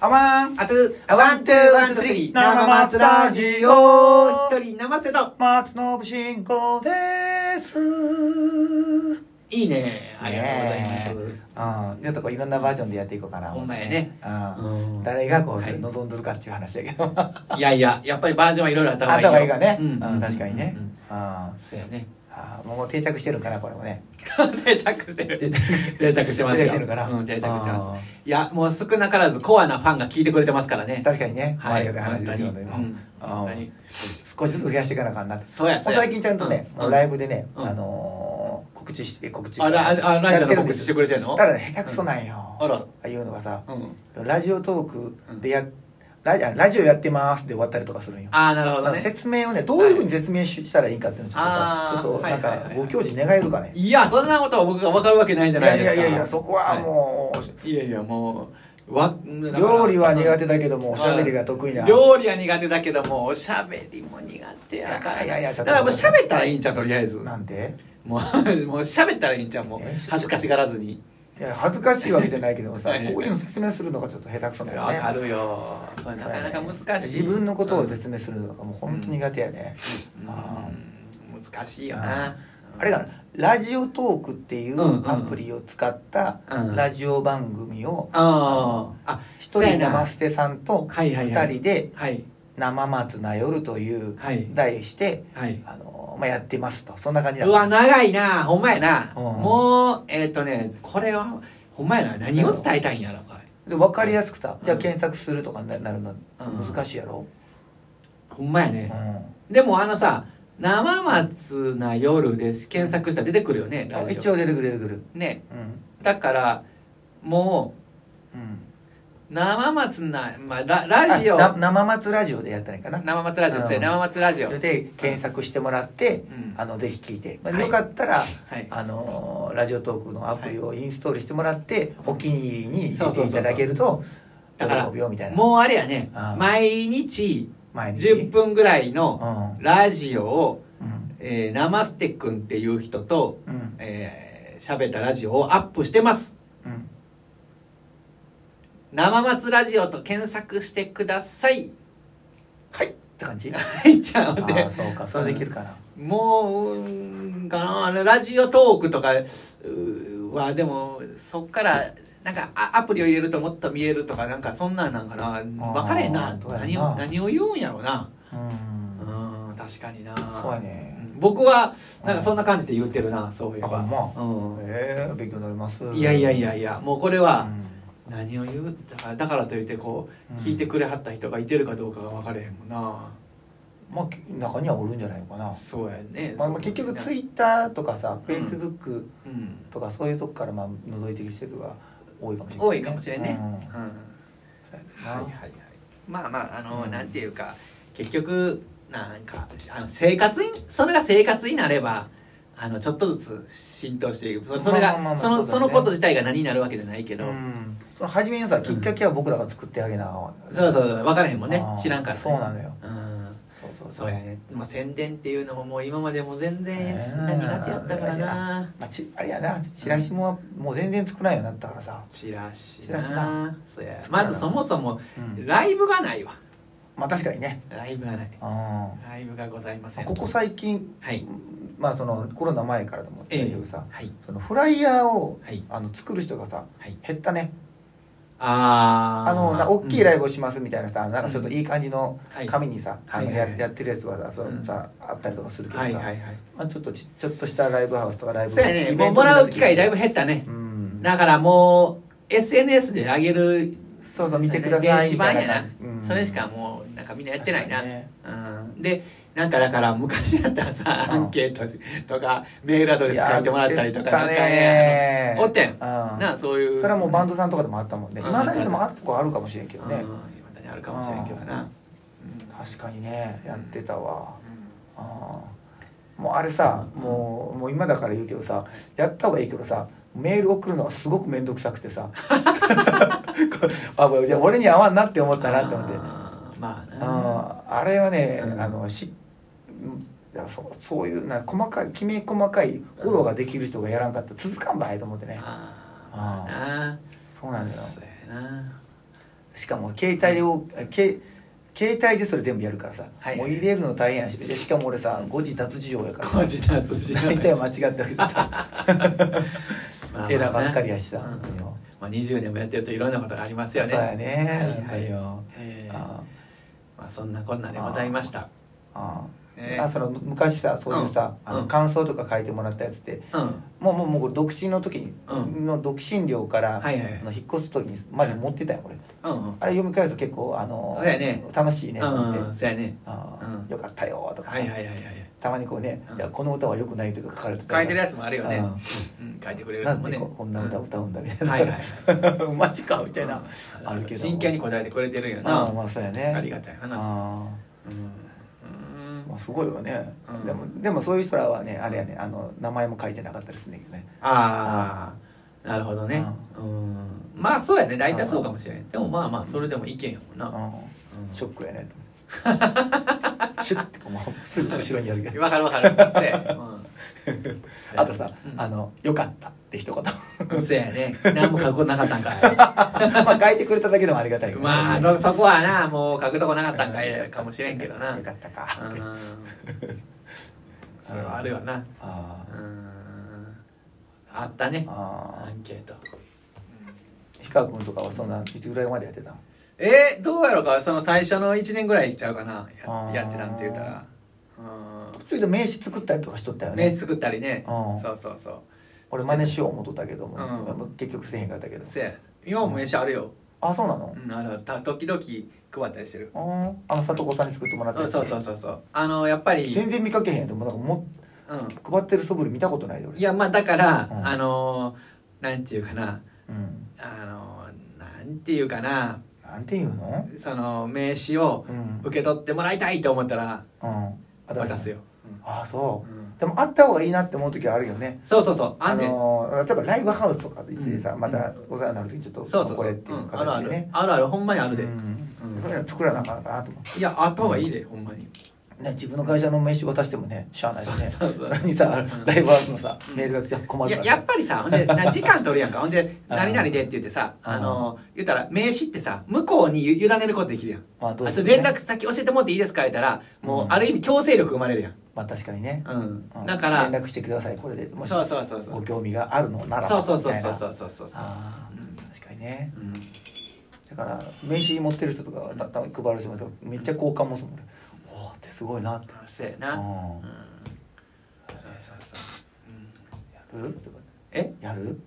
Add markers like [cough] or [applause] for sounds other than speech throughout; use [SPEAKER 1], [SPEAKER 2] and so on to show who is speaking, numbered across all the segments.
[SPEAKER 1] あわん
[SPEAKER 2] あと、あワン、ツー、ワン、ツー、スリー、生松ラジオ一人生瀬と
[SPEAKER 1] 松信進行です
[SPEAKER 2] いいねありがとうございま
[SPEAKER 1] ああ、やっとこういろんなバージョンでやっていこうかな
[SPEAKER 2] す。ほんまやね。
[SPEAKER 1] あ
[SPEAKER 2] うん
[SPEAKER 1] 誰がこう
[SPEAKER 2] はい
[SPEAKER 1] それ望んどるかっていう話やけ
[SPEAKER 2] [laughs]
[SPEAKER 1] どあ
[SPEAKER 2] いやいや、やっぱりバージョンはいろいろあった
[SPEAKER 1] った
[SPEAKER 2] 方
[SPEAKER 1] 方が
[SPEAKER 2] が
[SPEAKER 1] い
[SPEAKER 2] い
[SPEAKER 1] い
[SPEAKER 2] い
[SPEAKER 1] か
[SPEAKER 2] よ
[SPEAKER 1] ね
[SPEAKER 2] うんうんうんうん
[SPEAKER 1] うん確かにねあ
[SPEAKER 2] そうやね。 [laughs]
[SPEAKER 1] あああもう定着してるからこれもね
[SPEAKER 2] 定着し
[SPEAKER 1] [laughs]
[SPEAKER 2] てる。
[SPEAKER 1] 定着
[SPEAKER 2] 定着してます
[SPEAKER 1] 定
[SPEAKER 2] よ。
[SPEAKER 1] 着してるから
[SPEAKER 2] うん、定着して
[SPEAKER 1] あ
[SPEAKER 2] ま
[SPEAKER 1] ー
[SPEAKER 2] す。いや、もう少なからずコアなファンが聞いてくれてますからね。
[SPEAKER 1] 確かにね
[SPEAKER 2] はい
[SPEAKER 1] 周りが話ですよね
[SPEAKER 2] 本当にうん
[SPEAKER 1] ああ
[SPEAKER 2] 本当に
[SPEAKER 1] 少しずつ増やしていかなあかんなって
[SPEAKER 2] そうや、そうや。
[SPEAKER 1] 最近ちゃんとね
[SPEAKER 2] う
[SPEAKER 1] ライブでね
[SPEAKER 2] うん
[SPEAKER 1] あのー告知して告知
[SPEAKER 2] あら、ああライ
[SPEAKER 1] や
[SPEAKER 2] ジ
[SPEAKER 1] っ
[SPEAKER 2] ャ
[SPEAKER 1] てる
[SPEAKER 2] ーの
[SPEAKER 1] んで
[SPEAKER 2] 告知
[SPEAKER 1] す
[SPEAKER 2] してくれてるの
[SPEAKER 1] ただね下手くそなんよ
[SPEAKER 2] あら、
[SPEAKER 1] あいうのがさ
[SPEAKER 2] うん。
[SPEAKER 1] ラジオトークでやラジあラジオやってますで終わったりとかするんよ
[SPEAKER 2] ああ、なるほど
[SPEAKER 1] あの
[SPEAKER 2] ね。
[SPEAKER 1] 説明をねどういうふうに説明ししたらいいかっていうのをちょっとさ
[SPEAKER 2] あ
[SPEAKER 1] ちょ
[SPEAKER 2] ー
[SPEAKER 1] っとなん
[SPEAKER 2] はいはい
[SPEAKER 1] か
[SPEAKER 2] はい
[SPEAKER 1] ご教示願えるかね
[SPEAKER 2] いや、そんなことは僕が分かるわけないじゃ
[SPEAKER 1] い
[SPEAKER 2] な
[SPEAKER 1] や
[SPEAKER 2] い
[SPEAKER 1] い
[SPEAKER 2] です
[SPEAKER 1] や
[SPEAKER 2] か。
[SPEAKER 1] いやいやそこはも
[SPEAKER 2] う。いやいや、もう、わ、
[SPEAKER 1] う料理は苦
[SPEAKER 2] 手。
[SPEAKER 1] 手だけどもおしゃべりが得意な
[SPEAKER 2] 料理は苦手だけども、おしゃべりも苦手やから。
[SPEAKER 1] いやいやいやちょっと
[SPEAKER 2] だからもう喋ったらいいんちゃう、とりあえず。
[SPEAKER 1] なんで
[SPEAKER 2] もう、もう喋ったらいいんちゃう、もう
[SPEAKER 1] え。
[SPEAKER 2] 恥ずかしがらずに。
[SPEAKER 1] いや恥ずかしいわけじゃないけどもさ
[SPEAKER 2] [laughs] いやいや
[SPEAKER 1] こういうの説明するのがちょっと下手くそだよ
[SPEAKER 2] わ
[SPEAKER 1] ね
[SPEAKER 2] かるよ。それなかなか難しい。
[SPEAKER 1] 自分のことを
[SPEAKER 2] 絶
[SPEAKER 1] 説明するのがもう本当に苦手やね、あ
[SPEAKER 2] 難しいよな。
[SPEAKER 1] あれがラジオトークってい
[SPEAKER 2] うんう
[SPEAKER 1] うんアプリを使った
[SPEAKER 2] うん
[SPEAKER 1] ラジオ番組を
[SPEAKER 2] ああ。あ、
[SPEAKER 1] 一人生
[SPEAKER 2] ます。
[SPEAKER 1] 捨てさんと
[SPEAKER 2] はいはいは
[SPEAKER 1] 二
[SPEAKER 2] い
[SPEAKER 1] 人で
[SPEAKER 2] はい。
[SPEAKER 1] 「生松な夜」という
[SPEAKER 2] はい。
[SPEAKER 1] 題して、
[SPEAKER 2] はい。
[SPEAKER 1] あのまあ、やってますとそんな感じだ
[SPEAKER 2] うわ、長いな、ほんまやな。
[SPEAKER 1] うん
[SPEAKER 2] もう、えっ、とね、これは、ほんまやな、何を伝えたいんやろ、これ。
[SPEAKER 1] で分かりやすくさ
[SPEAKER 2] うん
[SPEAKER 1] じゃあ検索するとかにななるの
[SPEAKER 2] うん
[SPEAKER 1] 難しいやろ、
[SPEAKER 2] ほんまや
[SPEAKER 1] うん
[SPEAKER 2] ね。でもあのさ、生松な夜です。検索したら出てくるよね、ラ
[SPEAKER 1] あ
[SPEAKER 2] ジオ
[SPEAKER 1] 一応出てくる出てくる
[SPEAKER 2] ね。
[SPEAKER 1] うん
[SPEAKER 2] だから、も
[SPEAKER 1] うん
[SPEAKER 2] う、生松な、まあ、ラ
[SPEAKER 1] あ
[SPEAKER 2] ラジオ、
[SPEAKER 1] な生松ラジオでやったらいいかな
[SPEAKER 2] 生松ラジオですね、
[SPEAKER 1] うん
[SPEAKER 2] 生松ラジオ。
[SPEAKER 1] そうれで検索してもらって、
[SPEAKER 2] ん。
[SPEAKER 1] あのぜひ聞いて、まあ、
[SPEAKER 2] はい
[SPEAKER 1] よかったら、
[SPEAKER 2] はい。
[SPEAKER 1] あのーラジオトークのアプリをインストールしてもらって、
[SPEAKER 2] うん
[SPEAKER 1] お気に入りに
[SPEAKER 2] そ
[SPEAKER 1] 入れ
[SPEAKER 2] うそう
[SPEAKER 1] て
[SPEAKER 2] そ
[SPEAKER 1] いうただけると喜
[SPEAKER 2] だから
[SPEAKER 1] ぶよみたいな
[SPEAKER 2] もうあれやね
[SPEAKER 1] うん、
[SPEAKER 2] 毎日
[SPEAKER 1] 毎日
[SPEAKER 2] 10分ぐらいの
[SPEAKER 1] うん
[SPEAKER 2] ラジオを、
[SPEAKER 1] うん
[SPEAKER 2] えー、生捨てくんっていう人と、
[SPEAKER 1] うん
[SPEAKER 2] えー、喋ったラジオをアップしてます。
[SPEAKER 1] うん
[SPEAKER 2] 生松ラジオと検索してください。
[SPEAKER 1] はいって
[SPEAKER 2] [laughs]
[SPEAKER 1] 感じあ
[SPEAKER 2] はい、ちゃ
[SPEAKER 1] あ
[SPEAKER 2] うで
[SPEAKER 1] ー。そうかそれできるかな、
[SPEAKER 2] もう、うーんかなあのラジオトークとかうーは、でも、そっから、なんかあアプリを入れるともっと見えるとか、なんかそんなんなんかな。分かれへんな。
[SPEAKER 1] どうやろな
[SPEAKER 2] 何を、何を言うんやろな。
[SPEAKER 1] うん
[SPEAKER 2] うん、確かにな。
[SPEAKER 1] そうやね
[SPEAKER 2] うん僕は、なんかそんな感じで言ってるな、そういえ
[SPEAKER 1] あほ
[SPEAKER 2] ば。
[SPEAKER 1] んま
[SPEAKER 2] う
[SPEAKER 1] ええ勉強になります
[SPEAKER 2] ん。いやいやいやいや、もうこれは、
[SPEAKER 1] う
[SPEAKER 2] 何を言うだからだからといってこ
[SPEAKER 1] うん
[SPEAKER 2] う聞いてくれはった人がいてるかどうかが分かれへんもんな、
[SPEAKER 1] んまあき中にはおるんじゃないのかな、
[SPEAKER 2] そうやね、
[SPEAKER 1] まあ、まあ結局ツイ
[SPEAKER 2] い、
[SPEAKER 1] ッターとかさフ
[SPEAKER 2] うん
[SPEAKER 1] ェイスブック
[SPEAKER 2] うん、
[SPEAKER 1] とかそういうとこからまあ覗いてきてる人が多いかもしれない、
[SPEAKER 2] 多いかもしれんね、
[SPEAKER 1] うんそうやな
[SPEAKER 2] うんはいはいはいまあまああの、
[SPEAKER 1] うん
[SPEAKER 2] なんていうか結局なんかあの生活にそれが生活になればあのちょっとずつ浸透していくそれそれ
[SPEAKER 1] まあまあまあ
[SPEAKER 2] が
[SPEAKER 1] まあそ
[SPEAKER 2] その
[SPEAKER 1] うだね
[SPEAKER 2] そのこと自体が何になるわけじゃないけど、
[SPEAKER 1] うんその初めのさきっかけは僕らが作ってあげなあかんわ
[SPEAKER 2] そうそうそう分からへんもんね
[SPEAKER 1] あー
[SPEAKER 2] 知らんから、ね、
[SPEAKER 1] そうなのよ
[SPEAKER 2] うん
[SPEAKER 1] そうそうそ
[SPEAKER 2] そう
[SPEAKER 1] う
[SPEAKER 2] やね、まあ、宣伝っていうのももう今までも全然
[SPEAKER 1] ねえ
[SPEAKER 2] 苦手やったからな
[SPEAKER 1] まあ、ちあれやなチラシももう全然作らんようになったからさ、
[SPEAKER 2] チラシ
[SPEAKER 1] チラシな
[SPEAKER 2] そうや
[SPEAKER 1] そうやな
[SPEAKER 2] まずそもそも
[SPEAKER 1] うん
[SPEAKER 2] ライブがないわ
[SPEAKER 1] まあ確かにね
[SPEAKER 2] ライブがない
[SPEAKER 1] うんま
[SPEAKER 2] ライブがございませ
[SPEAKER 1] あ
[SPEAKER 2] ん
[SPEAKER 1] ここ最近
[SPEAKER 2] はい
[SPEAKER 1] まあそのコロナ前からでも言ったけどさ、
[SPEAKER 2] はい
[SPEAKER 1] そのフライヤーを
[SPEAKER 2] はい
[SPEAKER 1] あの作る人がさ
[SPEAKER 2] はい
[SPEAKER 1] 減ったね
[SPEAKER 2] あー
[SPEAKER 1] あのな大きいライ
[SPEAKER 2] ブ、
[SPEAKER 1] ブをしますみたいなさ、なんかちょっといい感じの
[SPEAKER 2] うんはい、
[SPEAKER 1] 紙にさ、あの
[SPEAKER 2] はい
[SPEAKER 1] や
[SPEAKER 2] はい
[SPEAKER 1] やってるやつはさ,そう、
[SPEAKER 2] うん
[SPEAKER 1] さあったりとかするけどさ、
[SPEAKER 2] はいはいはい
[SPEAKER 1] まあ、ちょっとちちょっとしたライブハウスとかライブ
[SPEAKER 2] そうやねもうもらう機会だいぶ
[SPEAKER 1] 減
[SPEAKER 2] 減ったね
[SPEAKER 1] うん
[SPEAKER 2] だからもう SNS で上げる、
[SPEAKER 1] そうそう見てください
[SPEAKER 2] 電子
[SPEAKER 1] みた
[SPEAKER 2] 版
[SPEAKER 1] い
[SPEAKER 2] や
[SPEAKER 1] な
[SPEAKER 2] な
[SPEAKER 1] 感じ、うん
[SPEAKER 2] それしかもうなんかみんなやってないな、
[SPEAKER 1] 確かにね
[SPEAKER 2] うんでなんかだから昔だったらさ
[SPEAKER 1] う
[SPEAKER 2] ア
[SPEAKER 1] ん
[SPEAKER 2] ンケートとかメールアドレス書いてもらったりとか
[SPEAKER 1] や
[SPEAKER 2] な
[SPEAKER 1] っ
[SPEAKER 2] ん
[SPEAKER 1] て
[SPEAKER 2] か
[SPEAKER 1] た
[SPEAKER 2] ね
[SPEAKER 1] ね
[SPEAKER 2] おってん
[SPEAKER 1] うん
[SPEAKER 2] なあそういう
[SPEAKER 1] それはもうバンドさんとかでもあったもんね
[SPEAKER 2] うん
[SPEAKER 1] 今だにでもあるとこあるかもしれんけどね、
[SPEAKER 2] うん今だにあるかもしれんけどな
[SPEAKER 1] 確かにねやってたわ、
[SPEAKER 2] う
[SPEAKER 1] あーもうあれさ、
[SPEAKER 2] うん
[SPEAKER 1] もうもう今だから言うけどさやった方がいいけどさメール送るのがすごく面倒くさくて
[SPEAKER 2] [laughs]
[SPEAKER 1] さ [laughs] あもうじゃあ俺に合わんなって思
[SPEAKER 2] ん
[SPEAKER 1] ったなって思って
[SPEAKER 2] あーまあな
[SPEAKER 1] ああれはね、
[SPEAKER 2] うん
[SPEAKER 1] あのしだからそうそういうな細かいきめ細かいフォローができる人がやらんかったら続かんばいと思ってね
[SPEAKER 2] あーまあな
[SPEAKER 1] そうなんだよ
[SPEAKER 2] そうやな
[SPEAKER 1] しかも携帯を、け携帯でそれ全部やるからさ、
[SPEAKER 2] はい
[SPEAKER 1] もう入れるの大変やしでしかも俺さ誤字脱字用やから
[SPEAKER 2] ご自立しない
[SPEAKER 1] 大体間違ってるけどさ
[SPEAKER 2] [laughs] まあ
[SPEAKER 1] エラーばっかりやしさ、
[SPEAKER 2] まあ
[SPEAKER 1] 本
[SPEAKER 2] ね
[SPEAKER 1] 当によ
[SPEAKER 2] まあ、20年もやってるといろんなことがありますよね
[SPEAKER 1] そうやね
[SPEAKER 2] はいはい
[SPEAKER 1] よ
[SPEAKER 2] えー
[SPEAKER 1] あ
[SPEAKER 2] まあ、そんなこんなでございました
[SPEAKER 1] あ
[SPEAKER 2] ね
[SPEAKER 1] あその昔さそういうさ、
[SPEAKER 2] うん
[SPEAKER 1] あ
[SPEAKER 2] う
[SPEAKER 1] の
[SPEAKER 2] ん
[SPEAKER 1] 感想とか書いてもらったやつって
[SPEAKER 2] うん
[SPEAKER 1] もうもうもう独身の時に、
[SPEAKER 2] うん
[SPEAKER 1] の独身寮から、
[SPEAKER 2] はいはいはい
[SPEAKER 1] あの引っ越す時にまで持ってたよ俺
[SPEAKER 2] うんうん
[SPEAKER 1] あれ読み返すと結構あの
[SPEAKER 2] そうやね
[SPEAKER 1] 楽しいねと思って、
[SPEAKER 2] うんそうやね
[SPEAKER 1] あ
[SPEAKER 2] うん
[SPEAKER 1] ーよかったよとかさ、
[SPEAKER 2] はいはいはいはい
[SPEAKER 1] たまにこうね、
[SPEAKER 2] うん
[SPEAKER 1] いやこの歌はよくないとか書かれて
[SPEAKER 2] 書いてる
[SPEAKER 1] や
[SPEAKER 2] やつもあるよね、うん、書いてくれる
[SPEAKER 1] なん
[SPEAKER 2] のも
[SPEAKER 1] で
[SPEAKER 2] ね
[SPEAKER 1] ここんな歌歌うんだみた
[SPEAKER 2] う
[SPEAKER 1] い
[SPEAKER 2] ん
[SPEAKER 1] な、
[SPEAKER 2] はいはいは
[SPEAKER 1] [laughs]
[SPEAKER 2] い
[SPEAKER 1] マジかみたいな、あるけど
[SPEAKER 2] 真剣に答えてくれてるよ
[SPEAKER 1] あ
[SPEAKER 2] な
[SPEAKER 1] あまあそうやね
[SPEAKER 2] ありがたい話
[SPEAKER 1] あ
[SPEAKER 2] うん
[SPEAKER 1] ーまあすごいわね、
[SPEAKER 2] うん
[SPEAKER 1] でもでもそういう人らはねあれやねあの名前も書いてなかったりするんだけどね
[SPEAKER 2] ああなるほどねうんまあそうやね大体そうかもしれんでもまあまあそれでも意見やもんな
[SPEAKER 1] う
[SPEAKER 2] うん
[SPEAKER 1] んショックやねと思ってシュッてこうもうすぐ後ろにやるけど
[SPEAKER 2] わかるわかる
[SPEAKER 1] [laughs]
[SPEAKER 2] せやうん
[SPEAKER 1] あとさ、
[SPEAKER 2] うん
[SPEAKER 1] あの「よかった」って一言 [laughs]
[SPEAKER 2] せやね何も書くことなかったんか
[SPEAKER 1] まあ書いてくれただけでもありがたい [laughs]
[SPEAKER 2] い
[SPEAKER 1] けどね
[SPEAKER 2] まあどそこはなもう書くとこなかったんかいかもしれんけど
[SPEAKER 1] [laughs]
[SPEAKER 2] なう
[SPEAKER 1] よ
[SPEAKER 2] ん
[SPEAKER 1] かったかって
[SPEAKER 2] それはあるよな
[SPEAKER 1] あ
[SPEAKER 2] う
[SPEAKER 1] ー
[SPEAKER 2] んあったねア
[SPEAKER 1] あ
[SPEAKER 2] ンケート
[SPEAKER 1] ー氷川君とかはそんないつぐらいまでやってたの
[SPEAKER 2] えー、どうやろうかその最初の1年ぐらいいっちゃうかな
[SPEAKER 1] あ
[SPEAKER 2] や
[SPEAKER 1] ー
[SPEAKER 2] やってたって言ったらうん
[SPEAKER 1] 途中で名刺作ったりとかしとったよ
[SPEAKER 2] 名
[SPEAKER 1] ね
[SPEAKER 2] 刺作ったりね
[SPEAKER 1] うん
[SPEAKER 2] そうそうそう
[SPEAKER 1] 俺真似しよう思っとったけども、
[SPEAKER 2] うん
[SPEAKER 1] でも結局せえへんかったけど
[SPEAKER 2] せや今も名刺あるよ、
[SPEAKER 1] あそうなの
[SPEAKER 2] う、ん、あるあるた時々配ったりしてる
[SPEAKER 1] うん、あの里子さんに作ってもらった
[SPEAKER 2] う
[SPEAKER 1] や
[SPEAKER 2] ん
[SPEAKER 1] つ
[SPEAKER 2] そうそうそうそうあのやっぱり、
[SPEAKER 1] 全然見かけへんやんでもなんかも
[SPEAKER 2] う
[SPEAKER 1] 配ってる素振り見たことないで
[SPEAKER 2] ん、い
[SPEAKER 1] 俺
[SPEAKER 2] やまあだから、
[SPEAKER 1] うん
[SPEAKER 2] あのなんていうかな
[SPEAKER 1] うん
[SPEAKER 2] あのなんていうかな
[SPEAKER 1] なんていうの
[SPEAKER 2] その名刺を
[SPEAKER 1] うん
[SPEAKER 2] 受け取ってもらいたいと思ったら
[SPEAKER 1] うん
[SPEAKER 2] 渡すよ、
[SPEAKER 1] ああ
[SPEAKER 2] う
[SPEAKER 1] そ
[SPEAKER 2] んうん
[SPEAKER 1] うでもあった方がいいなって思う時はあるよね
[SPEAKER 2] そうそうそうあ
[SPEAKER 1] あ
[SPEAKER 2] んねん、
[SPEAKER 1] のー例えばライブハウスとか行ってさ、
[SPEAKER 2] うん
[SPEAKER 1] またお世話になる時にちょっと
[SPEAKER 2] そうそうそう
[SPEAKER 1] これっていう
[SPEAKER 2] うんあるあ
[SPEAKER 1] 形で
[SPEAKER 2] る
[SPEAKER 1] ね、
[SPEAKER 2] あるあるほんまにあ
[SPEAKER 1] う
[SPEAKER 2] る
[SPEAKER 1] ん
[SPEAKER 2] で、うん
[SPEAKER 1] そういうの作らなあかんかなと思
[SPEAKER 2] いやあった方がいいで、ほんまに
[SPEAKER 1] う、ね、自分の会社の名刺渡してもねしゃあないしね
[SPEAKER 2] そうそう
[SPEAKER 1] それにさ
[SPEAKER 2] うん
[SPEAKER 1] ライブハウスのさ
[SPEAKER 2] うん
[SPEAKER 1] メールが来たら困
[SPEAKER 2] い
[SPEAKER 1] る
[SPEAKER 2] や
[SPEAKER 1] か
[SPEAKER 2] や
[SPEAKER 1] ら
[SPEAKER 2] っ
[SPEAKER 1] ね
[SPEAKER 2] ぱりさほんでな時間取るやんかほん
[SPEAKER 1] [laughs]
[SPEAKER 2] で「
[SPEAKER 1] うん
[SPEAKER 2] 何々で」って言ってさ
[SPEAKER 1] うん
[SPEAKER 2] あの言ったら名刺ってさ向こうにゆ委ねることできるやん
[SPEAKER 1] まあどう
[SPEAKER 2] あ
[SPEAKER 1] して
[SPEAKER 2] と
[SPEAKER 1] も
[SPEAKER 2] 連
[SPEAKER 1] ね
[SPEAKER 2] 絡先教えてもらっていいですか言ったらもう
[SPEAKER 1] うん
[SPEAKER 2] ある意味強制力生まれるやん
[SPEAKER 1] まあ確かにね、
[SPEAKER 2] うん
[SPEAKER 1] うん
[SPEAKER 2] だから
[SPEAKER 1] 連絡してくださいこれでもし
[SPEAKER 2] そうそうそうそ
[SPEAKER 1] ご
[SPEAKER 2] う
[SPEAKER 1] 興味があるのならば
[SPEAKER 2] そうそうそう
[SPEAKER 1] みたいな
[SPEAKER 2] そうそうそうそう
[SPEAKER 1] あ
[SPEAKER 2] うん
[SPEAKER 1] ー確かにね
[SPEAKER 2] うん
[SPEAKER 1] だから名刺持ってる人とかはたたまに配る人もいるけどめっちゃ交換もするもんねおおってすごいなって
[SPEAKER 2] 楽しい
[SPEAKER 1] うん
[SPEAKER 2] なうんそうそうそううん
[SPEAKER 1] やるとか
[SPEAKER 2] え
[SPEAKER 1] やる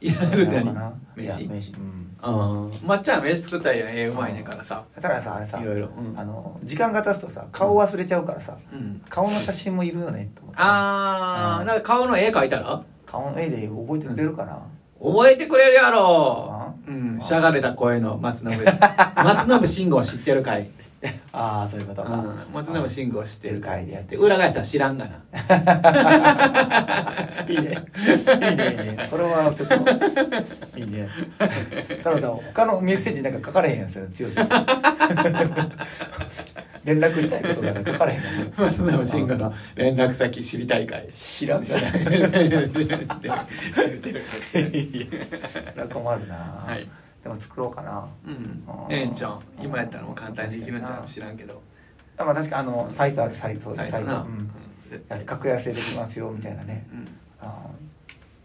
[SPEAKER 2] やるって
[SPEAKER 1] やろうか
[SPEAKER 2] 何
[SPEAKER 1] な
[SPEAKER 2] 名
[SPEAKER 1] いや
[SPEAKER 2] 刺
[SPEAKER 1] 名刺うん
[SPEAKER 2] うんまっちゃん名刺作ったらやんええうまいねんからさ
[SPEAKER 1] たださあれさ
[SPEAKER 2] いろいろうん
[SPEAKER 1] あの時間が経つとさ顔忘れちゃうからさ
[SPEAKER 2] うん
[SPEAKER 1] 顔の写真もいるよねと思って
[SPEAKER 2] あ
[SPEAKER 1] う
[SPEAKER 2] ー
[SPEAKER 1] ん
[SPEAKER 2] なんか顔の絵描いたら
[SPEAKER 1] 顔の絵で覚えてくれるかな
[SPEAKER 2] 覚えてくれるやろうん
[SPEAKER 1] あ
[SPEAKER 2] しゃがれた声の松信松信慎吾を知ってるかい、
[SPEAKER 1] ああそういうこと
[SPEAKER 2] うん
[SPEAKER 1] か
[SPEAKER 2] 松信慎吾を知ってるか
[SPEAKER 1] 知ってるかい
[SPEAKER 2] い
[SPEAKER 1] でやってる
[SPEAKER 2] 裏返したら知らんがない
[SPEAKER 1] いね。いいね、いいね。それはちょっと、いいね。太郎さん、他のメッセージなんか書かれへんやつよ、強すぎて。 [laughs] 連絡したいことが書かれへんやん
[SPEAKER 2] 松信慎吾の連絡先知りたいかい
[SPEAKER 1] 知らん
[SPEAKER 2] 知
[SPEAKER 1] から
[SPEAKER 2] らん知ってる
[SPEAKER 1] いやそれは困るな、
[SPEAKER 2] はい
[SPEAKER 1] でも作ろうかな。
[SPEAKER 2] うん
[SPEAKER 1] あー
[SPEAKER 2] ええんちゃん今やったらもう簡単にできるんちゃう知らんけど
[SPEAKER 1] あまあ確かあの、サイトあるサイト、サイト。
[SPEAKER 2] サイトな
[SPEAKER 1] うん。格安でできますよ、みたいなね。
[SPEAKER 2] うん
[SPEAKER 1] あ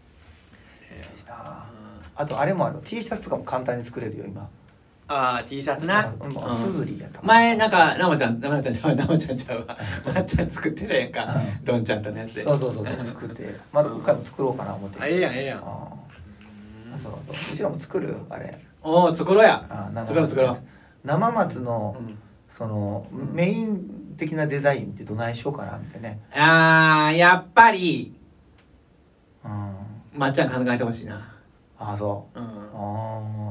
[SPEAKER 1] ーいいなあとあれもある T シャツとかも簡単に作れるよ今
[SPEAKER 2] ああ T シャツな
[SPEAKER 1] うんスズリやった
[SPEAKER 2] 前なんかなまちゃんなまちゃんちゃうなまちゃんちゃうわなまちゃん作ってたやんか
[SPEAKER 1] う
[SPEAKER 2] どんちゃんとのやつで
[SPEAKER 1] そうそうそうそう作ってまだ今回も作ろうかな思って
[SPEAKER 2] あええやんええやん
[SPEAKER 1] ああそうそううちらも作るあれ
[SPEAKER 2] おお作ろうや
[SPEAKER 1] あ
[SPEAKER 2] 作ろう作ろう
[SPEAKER 1] 生松の、
[SPEAKER 2] うん
[SPEAKER 1] そのメイン的なデザインってどないしようかなみたいなね
[SPEAKER 2] あーやっぱり
[SPEAKER 1] うん
[SPEAKER 2] まっちゃん考えてほしいな
[SPEAKER 1] ああそううんああ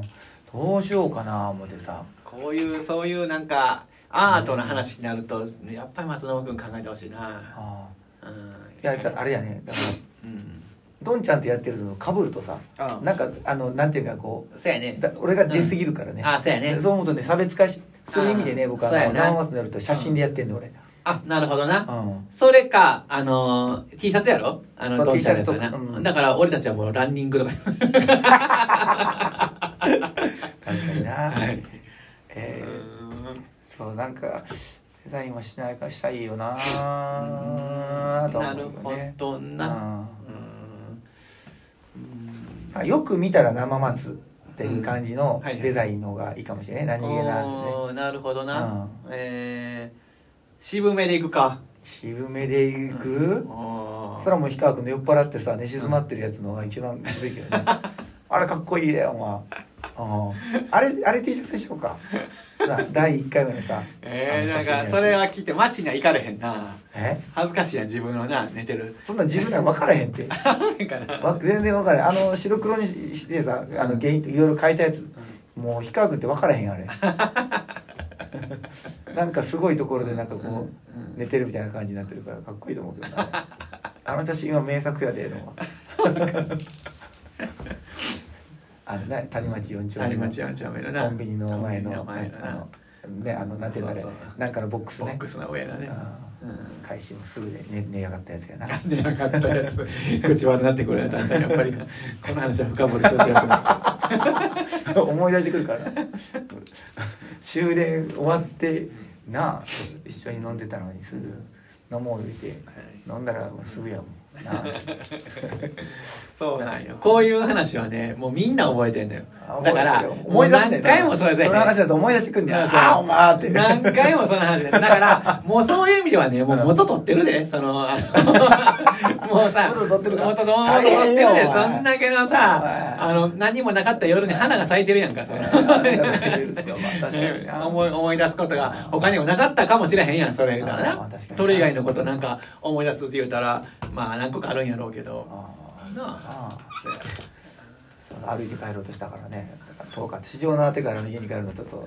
[SPEAKER 1] どうしようかな思ってさ
[SPEAKER 2] こういうそういうなんかアートの話になるとやっぱり松延君考えてほしいな
[SPEAKER 1] あ
[SPEAKER 2] うん
[SPEAKER 1] あいやあれやねだから
[SPEAKER 2] うん
[SPEAKER 1] どんちゃんってやってるのかぶるとさ
[SPEAKER 2] あ
[SPEAKER 1] なんかあのなんていうかこ
[SPEAKER 2] そうやね
[SPEAKER 1] うだ俺が出すぎるからね、
[SPEAKER 2] あそうやね
[SPEAKER 1] そう思うとね差別化しする意味で
[SPEAKER 2] あ
[SPEAKER 1] ね
[SPEAKER 2] ー
[SPEAKER 1] 僕は
[SPEAKER 2] そうや
[SPEAKER 1] あの
[SPEAKER 2] な
[SPEAKER 1] 生松になると写真でやってんの俺
[SPEAKER 2] あなるほどな
[SPEAKER 1] うん
[SPEAKER 2] それかあのー T シャツやろあ
[SPEAKER 1] そ
[SPEAKER 2] の
[SPEAKER 1] う
[SPEAKER 2] どんちゃんのやつ
[SPEAKER 1] T シャツ
[SPEAKER 2] やな
[SPEAKER 1] とかうん
[SPEAKER 2] だから俺たちはもうランニングとか
[SPEAKER 1] 確かにな、
[SPEAKER 2] はい
[SPEAKER 1] えー
[SPEAKER 2] うん
[SPEAKER 1] そうなんかデザインもしないかしたいよなーと
[SPEAKER 2] な
[SPEAKER 1] 思
[SPEAKER 2] る
[SPEAKER 1] う
[SPEAKER 2] ほ
[SPEAKER 1] よね。
[SPEAKER 2] どな
[SPEAKER 1] うん
[SPEAKER 2] うん
[SPEAKER 1] なんかよく見たら生松っていう感じの
[SPEAKER 2] うんはいはい
[SPEAKER 1] デザインの方がいいかもしれない、何気なくね
[SPEAKER 2] おーなるほど
[SPEAKER 1] う
[SPEAKER 2] なんえー渋めでいくか
[SPEAKER 1] 渋めでいく、
[SPEAKER 2] おー
[SPEAKER 1] それはもう氷川君の酔っ払ってさ寝静まってるやつの方が一番渋いけどね [laughs] あれかっこいいだよお前うんあれあれ T シャツでしょうかな第1回目のさ
[SPEAKER 2] [laughs] え
[SPEAKER 1] あ
[SPEAKER 2] ー
[SPEAKER 1] の
[SPEAKER 2] な
[SPEAKER 1] 写
[SPEAKER 2] ん
[SPEAKER 1] 真のや
[SPEAKER 2] か
[SPEAKER 1] つ
[SPEAKER 2] それは聞いて街には行かれへんな
[SPEAKER 1] え
[SPEAKER 2] 恥ずかしいやん自分のな寝てる
[SPEAKER 1] そんなん自分ら分からへんって
[SPEAKER 2] かな
[SPEAKER 1] わ全然分からへんあの白黒にししてさあの原因といろいろ変えたやつ、もう氷川君って分からへん
[SPEAKER 2] [laughs]
[SPEAKER 1] あれなんかすごいところでなんかこう、
[SPEAKER 2] うんうん
[SPEAKER 1] 寝てるみたいな感じになってるからかっこいいと思う
[SPEAKER 2] [laughs]
[SPEAKER 1] けどなあの写真は名作やでのあのね谷町四丁目
[SPEAKER 2] 谷
[SPEAKER 1] の
[SPEAKER 2] 町四丁目のな
[SPEAKER 1] コンビニの前の
[SPEAKER 2] コンビニの前のな
[SPEAKER 1] あのねあのなんていうんだあれ
[SPEAKER 2] そうそうそう
[SPEAKER 1] なんかのボックス
[SPEAKER 2] ボッ
[SPEAKER 1] ね
[SPEAKER 2] クスの上だね
[SPEAKER 1] あ
[SPEAKER 2] う
[SPEAKER 1] ー
[SPEAKER 2] ん
[SPEAKER 1] 開始もすぐで寝寝やがったやつやな
[SPEAKER 2] [laughs] 寝なかったやつ口悪なってくるね確かにやっぱりこの話は深掘りするとよくな
[SPEAKER 1] [laughs]
[SPEAKER 2] い
[SPEAKER 1] 思い出してくるから終電終わってなあ一緒に飲んでたのにすぐ飲もう言うて飲んだらすぐやもんなあ
[SPEAKER 2] そうなんよこういう話はねもうみんな覚えてんだよ
[SPEAKER 1] あ
[SPEAKER 2] だから
[SPEAKER 1] 思い出すね
[SPEAKER 2] もう何回もそれで
[SPEAKER 1] その話だと [laughs] 思い出してくんねん
[SPEAKER 2] そう
[SPEAKER 1] ああお前って
[SPEAKER 2] 何回もその話でだからもうそういう意味ではねもう元取ってるでその
[SPEAKER 1] [laughs]
[SPEAKER 2] あのもうさ
[SPEAKER 1] 元取ってるか
[SPEAKER 2] 元
[SPEAKER 1] 大
[SPEAKER 2] 元取って
[SPEAKER 1] 変
[SPEAKER 2] る
[SPEAKER 1] よお
[SPEAKER 2] で
[SPEAKER 1] 前
[SPEAKER 2] そんだけのさあの何もなかった夜に花が咲いてるやんかその
[SPEAKER 1] ああ
[SPEAKER 2] [laughs] 思い思い出すことが他にもなかったかもしれへんやんそれ言うたら
[SPEAKER 1] あ
[SPEAKER 2] な
[SPEAKER 1] ー確かに
[SPEAKER 2] それ以外のことなんか思い出すって言うたらまあ何個かあるんやろうけどなあ
[SPEAKER 1] あそう歩いて帰ろうとしたからね遠かった市場のあてからの家に帰るのとと